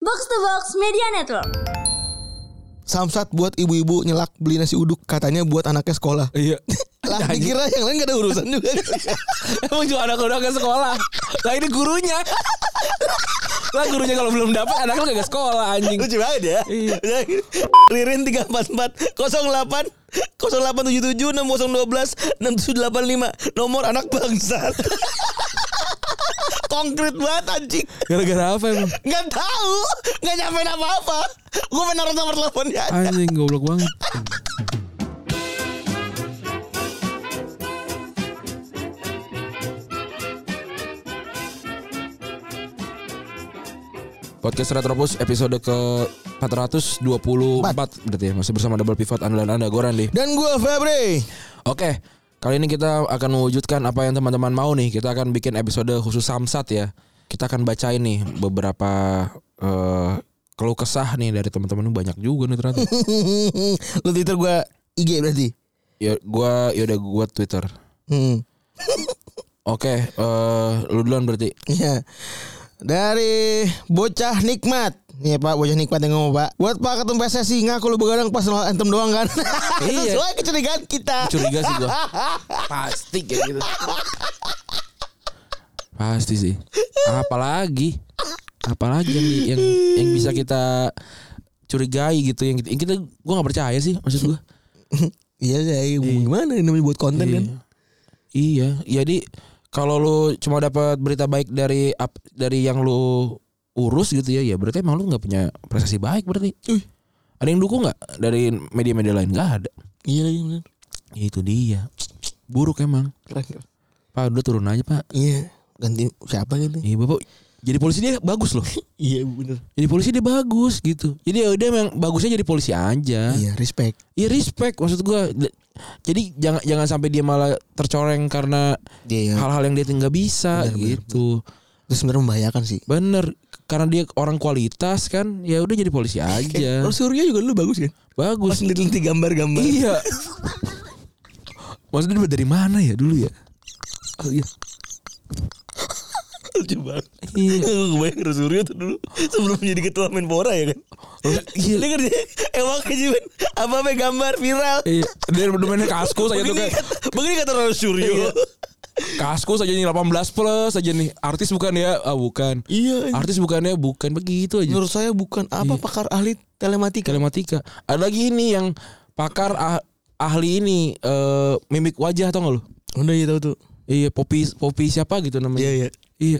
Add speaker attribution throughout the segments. Speaker 1: Box to Box Media Network.
Speaker 2: Samsat buat ibu-ibu nyelak beli nasi uduk katanya buat anaknya sekolah.
Speaker 3: Iya.
Speaker 2: Lah
Speaker 3: Anjing.
Speaker 2: dikira yang lain gak ada urusan juga.
Speaker 3: Emang cuma anak udah ke sekolah. Lah ini gurunya. Lah gurunya kalau belum dapat anak lu kagak sekolah anjing.
Speaker 2: Lucu banget ya.
Speaker 3: Iya.
Speaker 2: Ririn 344 08 0877 6012 6785 nomor anak bangsa. Konkret banget anjing.
Speaker 3: Gara-gara apa emang?
Speaker 2: Gak tahu, gak nyampein apa-apa. Gue menaruh nomor teleponnya aja.
Speaker 3: Anjing goblok banget. Podcast Retropus episode ke 424 berarti ya masih bersama Double Pivot andalan Anda Goran deh.
Speaker 2: Dan gue Febri.
Speaker 3: Oke, kali ini kita akan mewujudkan apa yang teman-teman mau nih. Kita akan bikin episode khusus Samsat ya. Kita akan bacain nih beberapa eh, keluh kesah nih dari teman-teman Ini banyak juga nih ternyata.
Speaker 2: Lu Twitter gue IG berarti.
Speaker 3: ya gua ya udah gua Twitter.
Speaker 2: Hmm.
Speaker 3: Oke, eh, lu duluan berarti.
Speaker 2: Ya. Dari bocah nikmat. Nih Pak, bocah nikmat yang ngomong Pak. Buat Pak Ketum PSSI ngaku lu begadang pas nolak anthem doang kan.
Speaker 3: Iya.
Speaker 2: Sesuai kecurigaan kita.
Speaker 3: Curiga sih gua. Pasti kayak gitu. Pasti sih. Apalagi apalagi yang yang yang bisa kita curigai gitu yang, yang kita gua nggak percaya sih maksud gua.
Speaker 2: Iya, ya, gimana ini namanya buat konten
Speaker 3: Iya.
Speaker 2: kan?
Speaker 3: Iya, jadi kalau lu cuma dapat berita baik dari ap- dari yang lu urus gitu ya, ya berarti emang lu nggak punya prestasi baik berarti. Ada yang dukung nggak dari media-media lain? Nggak ada.
Speaker 2: Iya lagi bener.
Speaker 3: Ya itu dia. Buruk emang.
Speaker 2: Keren, keren.
Speaker 3: Pak udah turun aja pak.
Speaker 2: Iya, ganti siapa gitu?
Speaker 3: Iya bapak. Jadi polisi dia bagus loh.
Speaker 2: Iya bener.
Speaker 3: Jadi polisi dia bagus gitu. Jadi ya udah emang bagusnya jadi polisi aja.
Speaker 2: Iya, respect.
Speaker 3: Iya respect maksud gua. Jadi jangan jangan sampai dia malah tercoreng karena
Speaker 2: Dia yang
Speaker 3: hal-hal yang dia nggak bisa
Speaker 2: Benar, benar,
Speaker 3: gitu.
Speaker 2: Iya, itu sebenarnya membahayakan sih.
Speaker 3: Bener karena dia orang kualitas kan ya udah jadi polisi aja
Speaker 2: Terus surya juga Iya. lu bagus kan? Pas
Speaker 3: bagus
Speaker 2: neliti gambar-gambar.
Speaker 3: iya maksudnya dari mana ya dulu ya Oh, iya.
Speaker 2: Lucu banget.
Speaker 3: Iya.
Speaker 2: Gue kebayang Ros Suryo tuh dulu sebelum jadi ketua Menpora ya kan.
Speaker 3: Ros- iya.
Speaker 2: Dia Eh, kerja emang kejiban apa apa gambar viral.
Speaker 3: Iya, dia domainnya kaskus aja tuh
Speaker 2: Begini
Speaker 3: Iya. kan.
Speaker 2: kata, begini kata Ros Suryo.
Speaker 3: Kaskus aja nih 18 plus aja nih. Artis bukan ya? Ah bukan.
Speaker 2: Iya.
Speaker 3: Artis bukannya bukan begitu aja.
Speaker 2: Menurut saya bukan apa pakar ahli telematika.
Speaker 3: Telematika. Ada lagi ini yang pakar ah- ahli ini eh, mimik wajah atau enggak lu?
Speaker 2: Udah ya tahu tuh.
Speaker 3: Iya, Popi Popi siapa gitu namanya?
Speaker 2: Iya iya.
Speaker 3: Iya.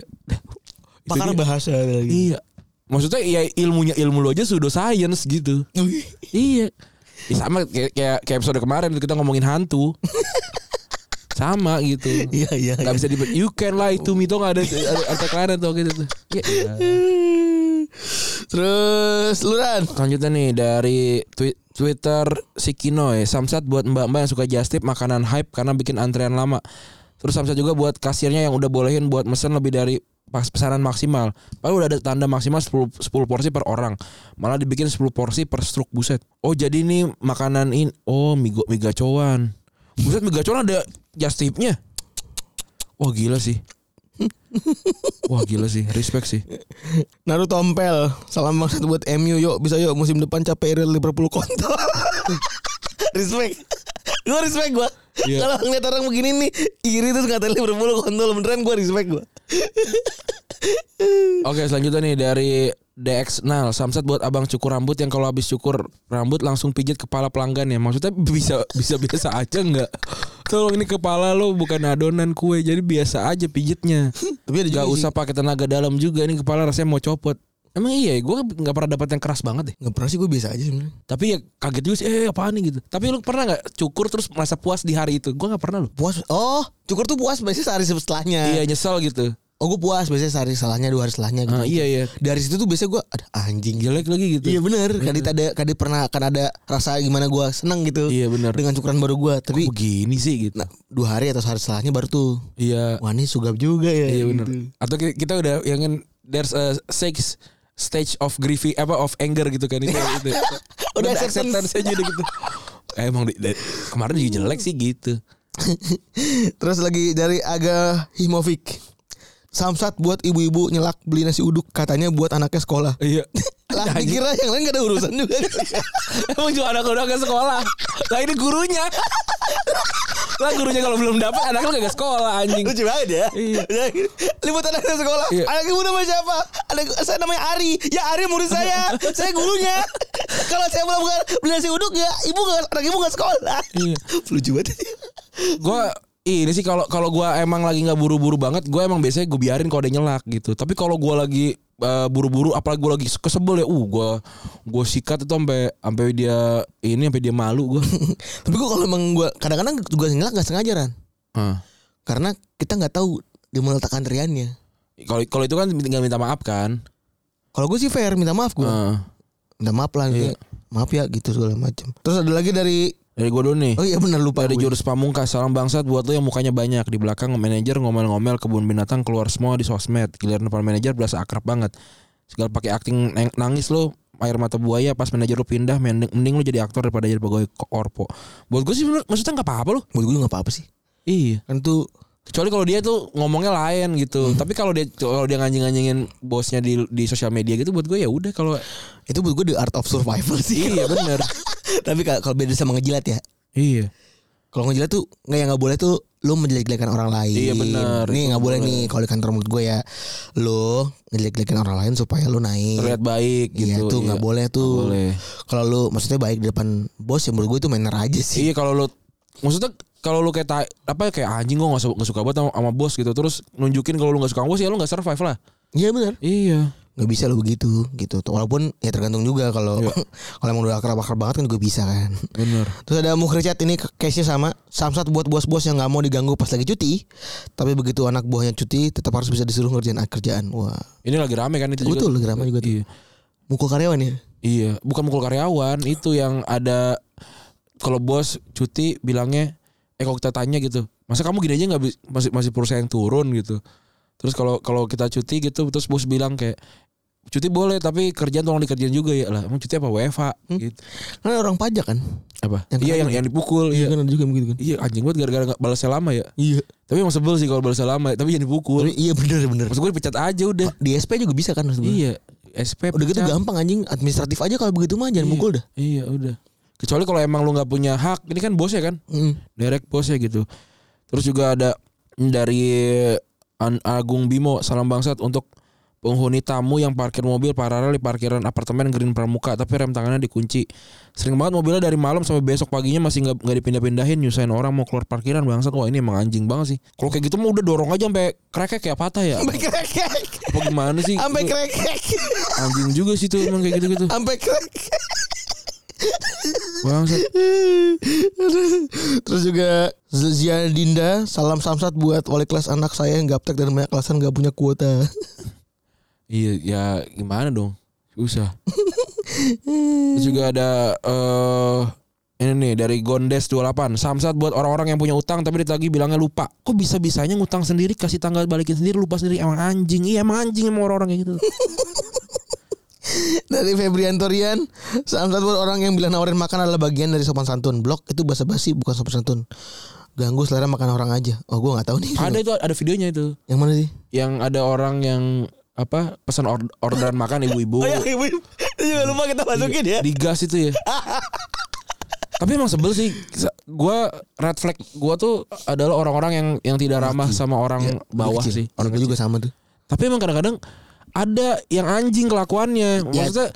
Speaker 3: Itu
Speaker 2: Pakar
Speaker 3: dia.
Speaker 2: bahasa ada lagi.
Speaker 3: Iya. Maksudnya ya ilmunya ilmu lu aja pseudo science gitu.
Speaker 2: Wih.
Speaker 3: iya. Ya sama kayak, kayak kayak episode kemarin kita ngomongin hantu. sama gitu.
Speaker 2: Iya iya.
Speaker 3: Gak
Speaker 2: iya.
Speaker 3: bisa di You can lie to me tuh gak ada ada ada kelana tuh gitu tuh. Ya, ya.
Speaker 2: Terus luran.
Speaker 3: Selanjutnya nih dari twi- Twitter Sikinoy Samsat buat mbak-mbak yang suka justip makanan hype karena bikin antrean lama. Terus Samsat juga buat kasirnya yang udah bolehin buat mesen lebih dari pas pesanan maksimal. Padahal udah ada tanda maksimal 10, 10 porsi per orang. Malah dibikin 10 porsi per struk buset. Oh, jadi ini makanan ini oh migo migacoan. Buset migacoan ada justipnya. Wah, gila sih. Wah, gila sih. Respect sih.
Speaker 2: Naruto tompel. Salam maksud buat MU yuk bisa yuk musim depan capek Real Liverpool kontol. respect. Gue respect gue.
Speaker 3: Iya.
Speaker 2: Kalau ngeliat orang begini nih iri terus ngatain Liverpool kontol beneran gue respect gue.
Speaker 3: Oke selanjutnya nih dari DX Nal Samsat buat abang cukur rambut yang kalau habis cukur rambut langsung pijit kepala pelanggan ya maksudnya bisa bisa biasa aja nggak tolong ini kepala lo bukan adonan kue jadi biasa aja pijitnya
Speaker 2: Tapi ada juga
Speaker 3: nggak usah pakai tenaga dalam juga ini kepala rasanya mau copot emang iya ya? gue nggak pernah dapat yang keras banget deh
Speaker 2: Nggak pernah sih gue biasa aja sebenarnya.
Speaker 3: tapi ya kaget juga sih eh apaan nih gitu tapi lu pernah nggak cukur terus merasa puas di hari itu gue nggak pernah loh
Speaker 2: Puas. Oh, cukur tuh puas biasanya sehari setelahnya.
Speaker 3: iya nyesel gitu
Speaker 2: Oh, gue puas biasanya sehari setelahnya dua hari setelahnya gitu.
Speaker 3: Ah, iya iya
Speaker 2: Dari situ tuh biasanya gue ada anjing gitu.
Speaker 3: jelek lagi gitu
Speaker 2: Iya bener. Kadit ada kadit pernah akan ada rasa gimana gue seneng gitu.
Speaker 3: Iya, bener.
Speaker 2: Dengan cukuran baru gue. Tapi
Speaker 3: begini sih gitu
Speaker 2: nah, dua hari atau sehari setelahnya baru tuh.
Speaker 3: iya
Speaker 2: Eh. Wah ini sugap juga ya.
Speaker 3: Iya benar.
Speaker 2: gitu.
Speaker 3: Atau ki- kita udah yang kan there's a six stage of grief apa of anger gitu kan itu itu.
Speaker 2: Udah
Speaker 3: Udah
Speaker 2: acceptance.
Speaker 3: acceptance aja udah gitu. Eh, Emang di- dari- kemarin juga jelek sih gitu.
Speaker 2: Terus lagi dari Aga Himovic. Samsat buat ibu-ibu nyelak beli nasi uduk katanya buat anaknya sekolah.
Speaker 3: Iya.
Speaker 2: lah
Speaker 3: aja, anjing.
Speaker 2: dikira yang lain gak ada urusan juga
Speaker 3: Emang cuma anak lu doang ke sekolah. Lah ini gurunya. Lah gurunya kalau belum dapat anak lu gak ke sekolah anjing.
Speaker 2: lucu banget ya
Speaker 3: Iya.
Speaker 2: libut anak dari sekolah
Speaker 3: Iya.
Speaker 2: anak ibu namanya siapa anak saya namanya Ari ya Ari murid saya saya gurunya kalau saya belum bukan beli nasi uduk ya ibu gak, anak ibu gak sekolah
Speaker 3: Iya.
Speaker 2: lucu banget
Speaker 3: Gua ini sih kalau kalau gua emang lagi nggak buru-buru banget, gua emang biasanya gue biarin kalau ada nyelak gitu. Tapi kalau gua lagi eh, buru-buru apalagi gua lagi kesebel ya, uh gua gua sikat itu sampai sampai dia ini sampai dia malu gua.
Speaker 2: tapi gue kalau emang gue kadang-kadang juga nyelak gak sengaja Ran
Speaker 3: Hah.
Speaker 2: karena kita nggak tahu dia meletakkan riannya
Speaker 3: Kalau kalau itu kan tinggal minta maaf kan.
Speaker 2: kalau gue sih fair minta maaf gue
Speaker 3: Heeh.
Speaker 2: minta maaf
Speaker 3: Iya.
Speaker 2: lah gitu. maaf ya gitu segala macam terus ada lagi dari
Speaker 3: dari gua dulu nih.
Speaker 2: oh iya benar lupa
Speaker 3: Dari
Speaker 2: gue.
Speaker 3: jurus pamungkas Salam bangsat buat lo yang mukanya banyak Di belakang manajer ngomel-ngomel Kebun binatang keluar semua di sosmed Giliran depan manajer berasa akrab banget Segala pakai acting neng- nangis lo Air mata buaya Pas manajer lo pindah Mending, mending lo jadi aktor daripada jadi pegawai ko- korpo Buat gue sih bener, maksudnya gak apa-apa lo
Speaker 2: Menurut gue nggak apa-apa sih
Speaker 3: Iya
Speaker 2: kan tuh
Speaker 3: Kecuali kalau dia tuh ngomongnya lain
Speaker 2: Hmm.
Speaker 3: gitu Tapi kalau dia kalau dia nganjing-nganjingin bosnya di di sosial media gitu Buat gue ya udah kalau
Speaker 2: itu menurut gue the art of survival sih
Speaker 3: Iya bener
Speaker 2: tapi kalau kalau beda sama ngejilat ya
Speaker 3: Iya
Speaker 2: kalau ngejilat tuh nggak yang nggak boleh tuh lu menjelek-jelekan orang lain
Speaker 3: Iya, benar.
Speaker 2: nih
Speaker 3: Itu
Speaker 2: nggak boleh
Speaker 3: boleh.
Speaker 2: nih kalau di kantor menurut gue ya lu ngejelek-jelekan orang lain supaya lu naik
Speaker 3: Terlihat baik
Speaker 2: Iya
Speaker 3: gitu
Speaker 2: tuh nggak
Speaker 3: Iya.
Speaker 2: boleh tuh.
Speaker 3: Nggak boleh.
Speaker 2: Kalau lu maksudnya baik di depan bos ya menurut gue itu manner aja sih.
Speaker 3: Iya kalau lu maksudnya kalau lu kayak tai- apa kayak "Ah, anjing gua nggak su- nggak suka banget sama, sama bos gitu terus nunjukin kalau lu nggak suka sama bos ya lu nggak survive lah.
Speaker 2: Iya benar.
Speaker 3: Iya.
Speaker 2: Nggak bisa lu begitu gitu. Walaupun ya tergantung juga kalau
Speaker 3: Iya.
Speaker 2: kalau emang udah akrab-akrab banget kan gue bisa kan.
Speaker 3: Bener.
Speaker 2: Terus ada Mukhrijat ini case-nya sama Samsat buat bos-bos yang nggak mau diganggu pas lagi cuti Tapi begitu anak buahnya cuti Tetap harus bisa disuruh ngerjain kerjaan Wah
Speaker 3: Ini lagi rame kan itu
Speaker 2: Betul
Speaker 3: juga.
Speaker 2: lagi rame juga tuh.
Speaker 3: Iya.
Speaker 2: Mukul karyawan ya
Speaker 3: Iya, bukan mukul karyawan, itu yang ada kalau bos cuti bilangnya eh kalau kita tanya gitu, masa kamu gini aja nggak bis- masih masih perusahaan yang turun gitu. Terus kalau kalau kita cuti gitu terus bos bilang kayak cuti boleh tapi kerjaan tolong dikerjain juga ya lah. Emang cuti apa WFA gitu.
Speaker 2: Karena orang pajak kan
Speaker 3: Apa?
Speaker 2: Hmm? Yang
Speaker 3: iya
Speaker 2: kena
Speaker 3: yang yang dipukul iya.
Speaker 2: kan ada juga yang begitu kan
Speaker 3: Iya anjing banget gara-gara gak balasnya lama ya
Speaker 2: Iya
Speaker 3: Tapi emang sebel sih kalau balasnya lama Tapi jangan dipukul
Speaker 2: Tapi iya bener-bener
Speaker 3: Maksud gue dipecat aja udah
Speaker 2: Di SP juga bisa kan maksud gue
Speaker 3: Iya SP
Speaker 2: Udah gitu
Speaker 3: pecat.
Speaker 2: gampang anjing Administratif aja kalau begitu mah Jangan
Speaker 3: Iya.
Speaker 2: mukul dah
Speaker 3: Iya udah Kecuali kalau emang lu gak punya hak Ini kan bosnya kan
Speaker 2: Mm.
Speaker 3: Direct bosnya gitu Terus juga ada Dari An- Agung Bimo Salam bangsat untuk Penghuni tamu yang parkir mobil paralel di parkiran apartemen Green Pramuka tapi rem tangannya dikunci. Sering banget mobilnya dari malam sampai besok paginya masih nggak nggak dipindah-pindahin nyusahin orang mau keluar parkiran bangsat wah ini emang anjing banget sih. Kalau kayak gitu mah udah dorong aja sampai krekek kayak patah ya.
Speaker 2: Sampai krekek
Speaker 3: Apa gimana sih?
Speaker 2: Sampai
Speaker 3: Itu
Speaker 2: krekek
Speaker 3: Iya. Anjing juga sih tuh emang kayak gitu-gitu.
Speaker 2: Sampai krekek
Speaker 3: Bangsat.
Speaker 2: Terus juga Zia Dinda Salam samsat buat wali kelas anak saya Yang gaptek dan banyak kelasan gak punya kuota
Speaker 3: Iya, ya gimana dong? Susah. Terus juga ada eh ini nih dari Gondes 28. Samsat buat orang-orang yang punya utang tapi ditagih bilangnya lupa. Kok bisa-bisanya ngutang sendiri kasih tanggal balikin sendiri lupa sendiri emang anjing. Iya emang anjing emang orang-orang kayak gitu.
Speaker 2: Dari Febrian Torian Salam satu buat orang yang bilang nawarin makan adalah bagian dari sopan santun Blok itu bahasa basi bukan sopan santun Ganggu selera makan orang aja Oh gue gak tahu nih
Speaker 3: ada itu ada videonya itu.
Speaker 2: Yang mana sih
Speaker 3: Yang ada orang yang apa pesan or- orderan makan
Speaker 2: Oh,
Speaker 3: ibu-ibu
Speaker 2: juga lupa kita masukin ya
Speaker 3: di gas itu ya. Tapi emang sebel sih. Sa- Gua red flag gua tuh adalah orang-orang yang yang tidak ramah sama orang
Speaker 2: Iya,
Speaker 3: bawah sih.
Speaker 2: Orang gue juga sama tuh
Speaker 3: Tapi emang kadang-kadang ada yang anjing kelakuannya.
Speaker 2: Ya.
Speaker 3: Maksudnya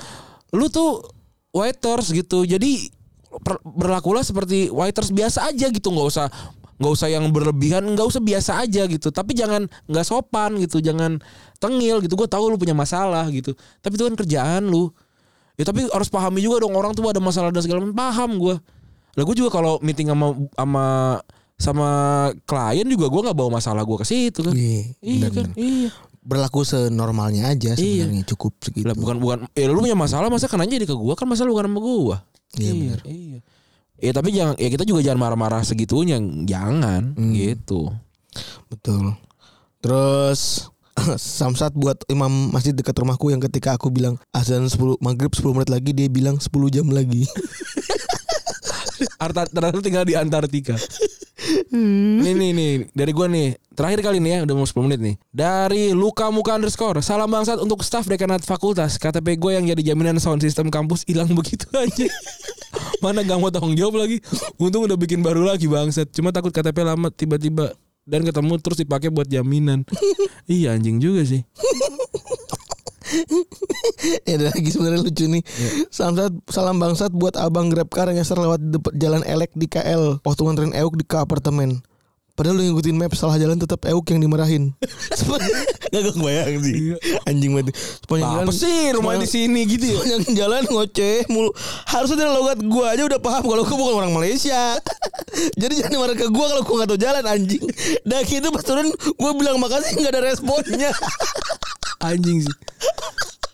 Speaker 3: lu tuh waiters gitu. Jadi per- berlakulah seperti waiters biasa aja gitu, nggak usah nggak usah yang berlebihan, nggak usah biasa aja gitu. Tapi jangan nggak sopan gitu, jangan tengil gitu. Gue tahu lu punya masalah gitu. Tapi itu kan kerjaan lu. Ya tapi harus pahami juga dong orang tuh ada masalah dan segala macam. Paham gue. Lah gue juga kalau meeting sama sama sama klien juga gue nggak bawa masalah gue ke situ kan.
Speaker 2: Iya,
Speaker 3: Iya
Speaker 2: benar-benar.
Speaker 3: kan, iya.
Speaker 2: Berlaku senormalnya aja sebenarnya Cukup segitu
Speaker 3: Lah bukan bukan ya lu punya masalah masa kenanya jadi ke gua kan masalah bukan sama gua.
Speaker 2: Iya, benar.
Speaker 3: Iya. Ya tapi jangan ya kita juga jangan marah-marah segitunya, jangan gitu.
Speaker 2: Betul. Terus Samsat buat imam masjid dekat rumahku yang ketika aku bilang azan 10 maghrib 10 menit lagi dia bilang 10 jam lagi.
Speaker 3: Arta ternyata tinggal di Antartika. Nih nih nih dari gua nih terakhir kali nih ya udah mau 10 menit nih dari luka muka underscore salam bangsat untuk staff dekanat fakultas KTP gue yang jadi jaminan sound system kampus hilang begitu aja mana gak mau tanggung jawab lagi untung udah bikin baru lagi bangsat cuma takut KTP lama tiba-tiba dan ketemu terus dipakai buat jaminan iya anjing juga sih
Speaker 2: Ya ada lagi sebenarnya lucu nih.
Speaker 3: Ya.
Speaker 2: Salam sat- salam bangsat buat abang Grabcar yang nyasar lewat dep- jalan elek di KL. Waktu nganterin Euk di ke apartemen. Padahal lu ngikutin map salah jalan tetap Euk yang dimarahin. Gak gue bayang sih. Anjing banget. Sepanjang
Speaker 3: Iya. apa sih rumah di
Speaker 2: sepanjang-
Speaker 3: sini gitu ya
Speaker 2: Sepanjang jalan ngoceh mulu. Harusnya dari logat gua aja udah paham kalau gua bukan orang Malaysia. Jadi jangan marah ke gua kalau gua gak tahu jalan anjing. Dan itu pas turun gua bilang makasih nggak ada responnya.
Speaker 3: anjing sih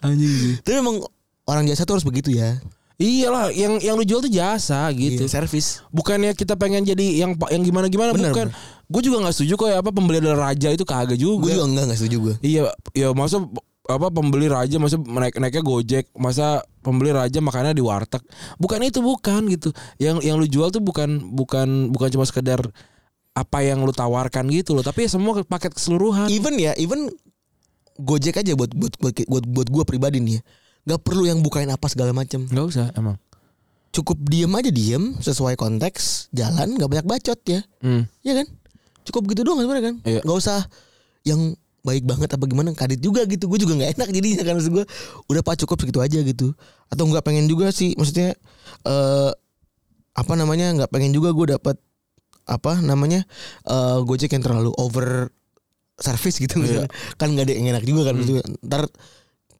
Speaker 3: anjing sih
Speaker 2: Tapi emang orang jasa tuh harus begitu ya.
Speaker 3: iyalah yang yang lu jual tuh jasa gitu
Speaker 2: Iya, Service.
Speaker 3: bukannya kita pengen jadi yang yang gimana gimana
Speaker 2: Bener,
Speaker 3: bukan gue juga nggak setuju kok ya apa pembeli adalah raja itu kagak juga, ya.
Speaker 2: Gue juga enggak enggak setuju gue.
Speaker 3: iya ya masa apa pembeli raja masa naik naiknya gojek masa pembeli raja makannya di warteg bukan itu bukan gitu yang yang lu jual tuh bukan bukan bukan cuma sekedar apa yang lu tawarkan gitu loh tapi ya semua paket keseluruhan
Speaker 2: Even ya, even Gojek aja buat buat buat buat, buat gue pribadi nih ya. Gak perlu yang bukain apa segala macem
Speaker 3: nggak usah emang
Speaker 2: Cukup diem aja diem sesuai konteks, jalan nggak banyak bacot ya.
Speaker 3: hmm.
Speaker 2: Iya kan? Cukup gitu doang sebenarnya kan?
Speaker 3: Iya.
Speaker 2: Gak usah yang baik banget apa gimana kadit juga gitu gue juga nggak enak jadinya kan maksud gue udah pak cukup segitu aja gitu atau nggak pengen juga sih maksudnya eh apa namanya nggak pengen juga gue dapat apa namanya eh gojek yang terlalu over service
Speaker 3: Iya.
Speaker 2: gitu misalnya. kan nggak ada yang enak juga kan maksudnya.
Speaker 3: Hmm.
Speaker 2: ntar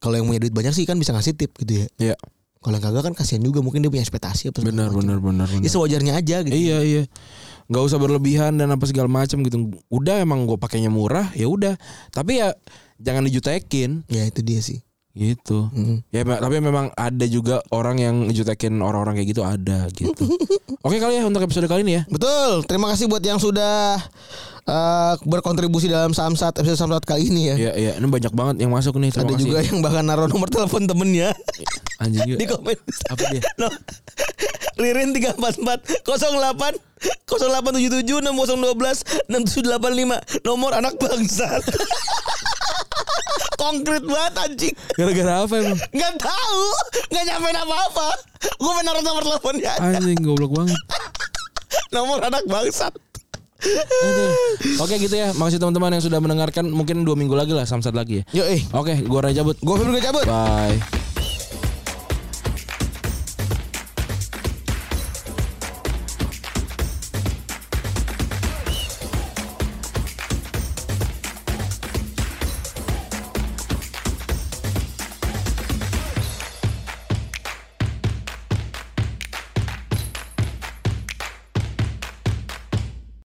Speaker 2: kalau yang punya duit banyak sih kan bisa ngasih tip gitu ya
Speaker 3: Iya.
Speaker 2: kalau yang kagak kan kasihan juga mungkin dia punya ekspektasi apa segala
Speaker 3: benar
Speaker 2: macam.
Speaker 3: benar benar
Speaker 2: ya sewajarnya aja gitu
Speaker 3: Iya iya. Gak usah berlebihan dan apa segala macam gitu. Udah emang gue pakainya murah ya udah. Tapi ya jangan dijutekin
Speaker 2: ya itu dia sih
Speaker 3: gitu.
Speaker 2: Mm.
Speaker 3: Ya me- tapi memang ada juga orang yang ngejutekin orang-orang kayak gitu ada gitu. Oke kali ya untuk episode kali ini ya.
Speaker 2: Betul. Terima kasih buat yang sudah eh, berkontribusi dalam Samsat episode Samsat kali ini ya.
Speaker 3: Iya iya ini banyak banget yang masuk nih.
Speaker 2: Ada
Speaker 3: Terima kasih.
Speaker 2: juga yang bahkan naruh nomor telepon temennya
Speaker 3: anjing juga.
Speaker 2: di komen.
Speaker 3: apa dia?
Speaker 2: No. Ririn 344 08 0877 6012 6785 nomor anak bangsat. Konkret banget anjing.
Speaker 3: Gara-gara apa emang?
Speaker 2: Gak tahu, gak nyampein apa-apa. Gue menaruh nomor teleponnya.
Speaker 3: Anjing goblok banget.
Speaker 2: Nomor anak bangsat.
Speaker 3: Aduh. Oke gitu ya. Makasih teman-teman yang sudah mendengarkan. Mungkin dua minggu lagi lah samsat lagi
Speaker 2: Yo,
Speaker 3: ya.
Speaker 2: eh.
Speaker 3: Oke, gue Ray cabut.
Speaker 2: Gue Febri gue cabut.
Speaker 3: Bye.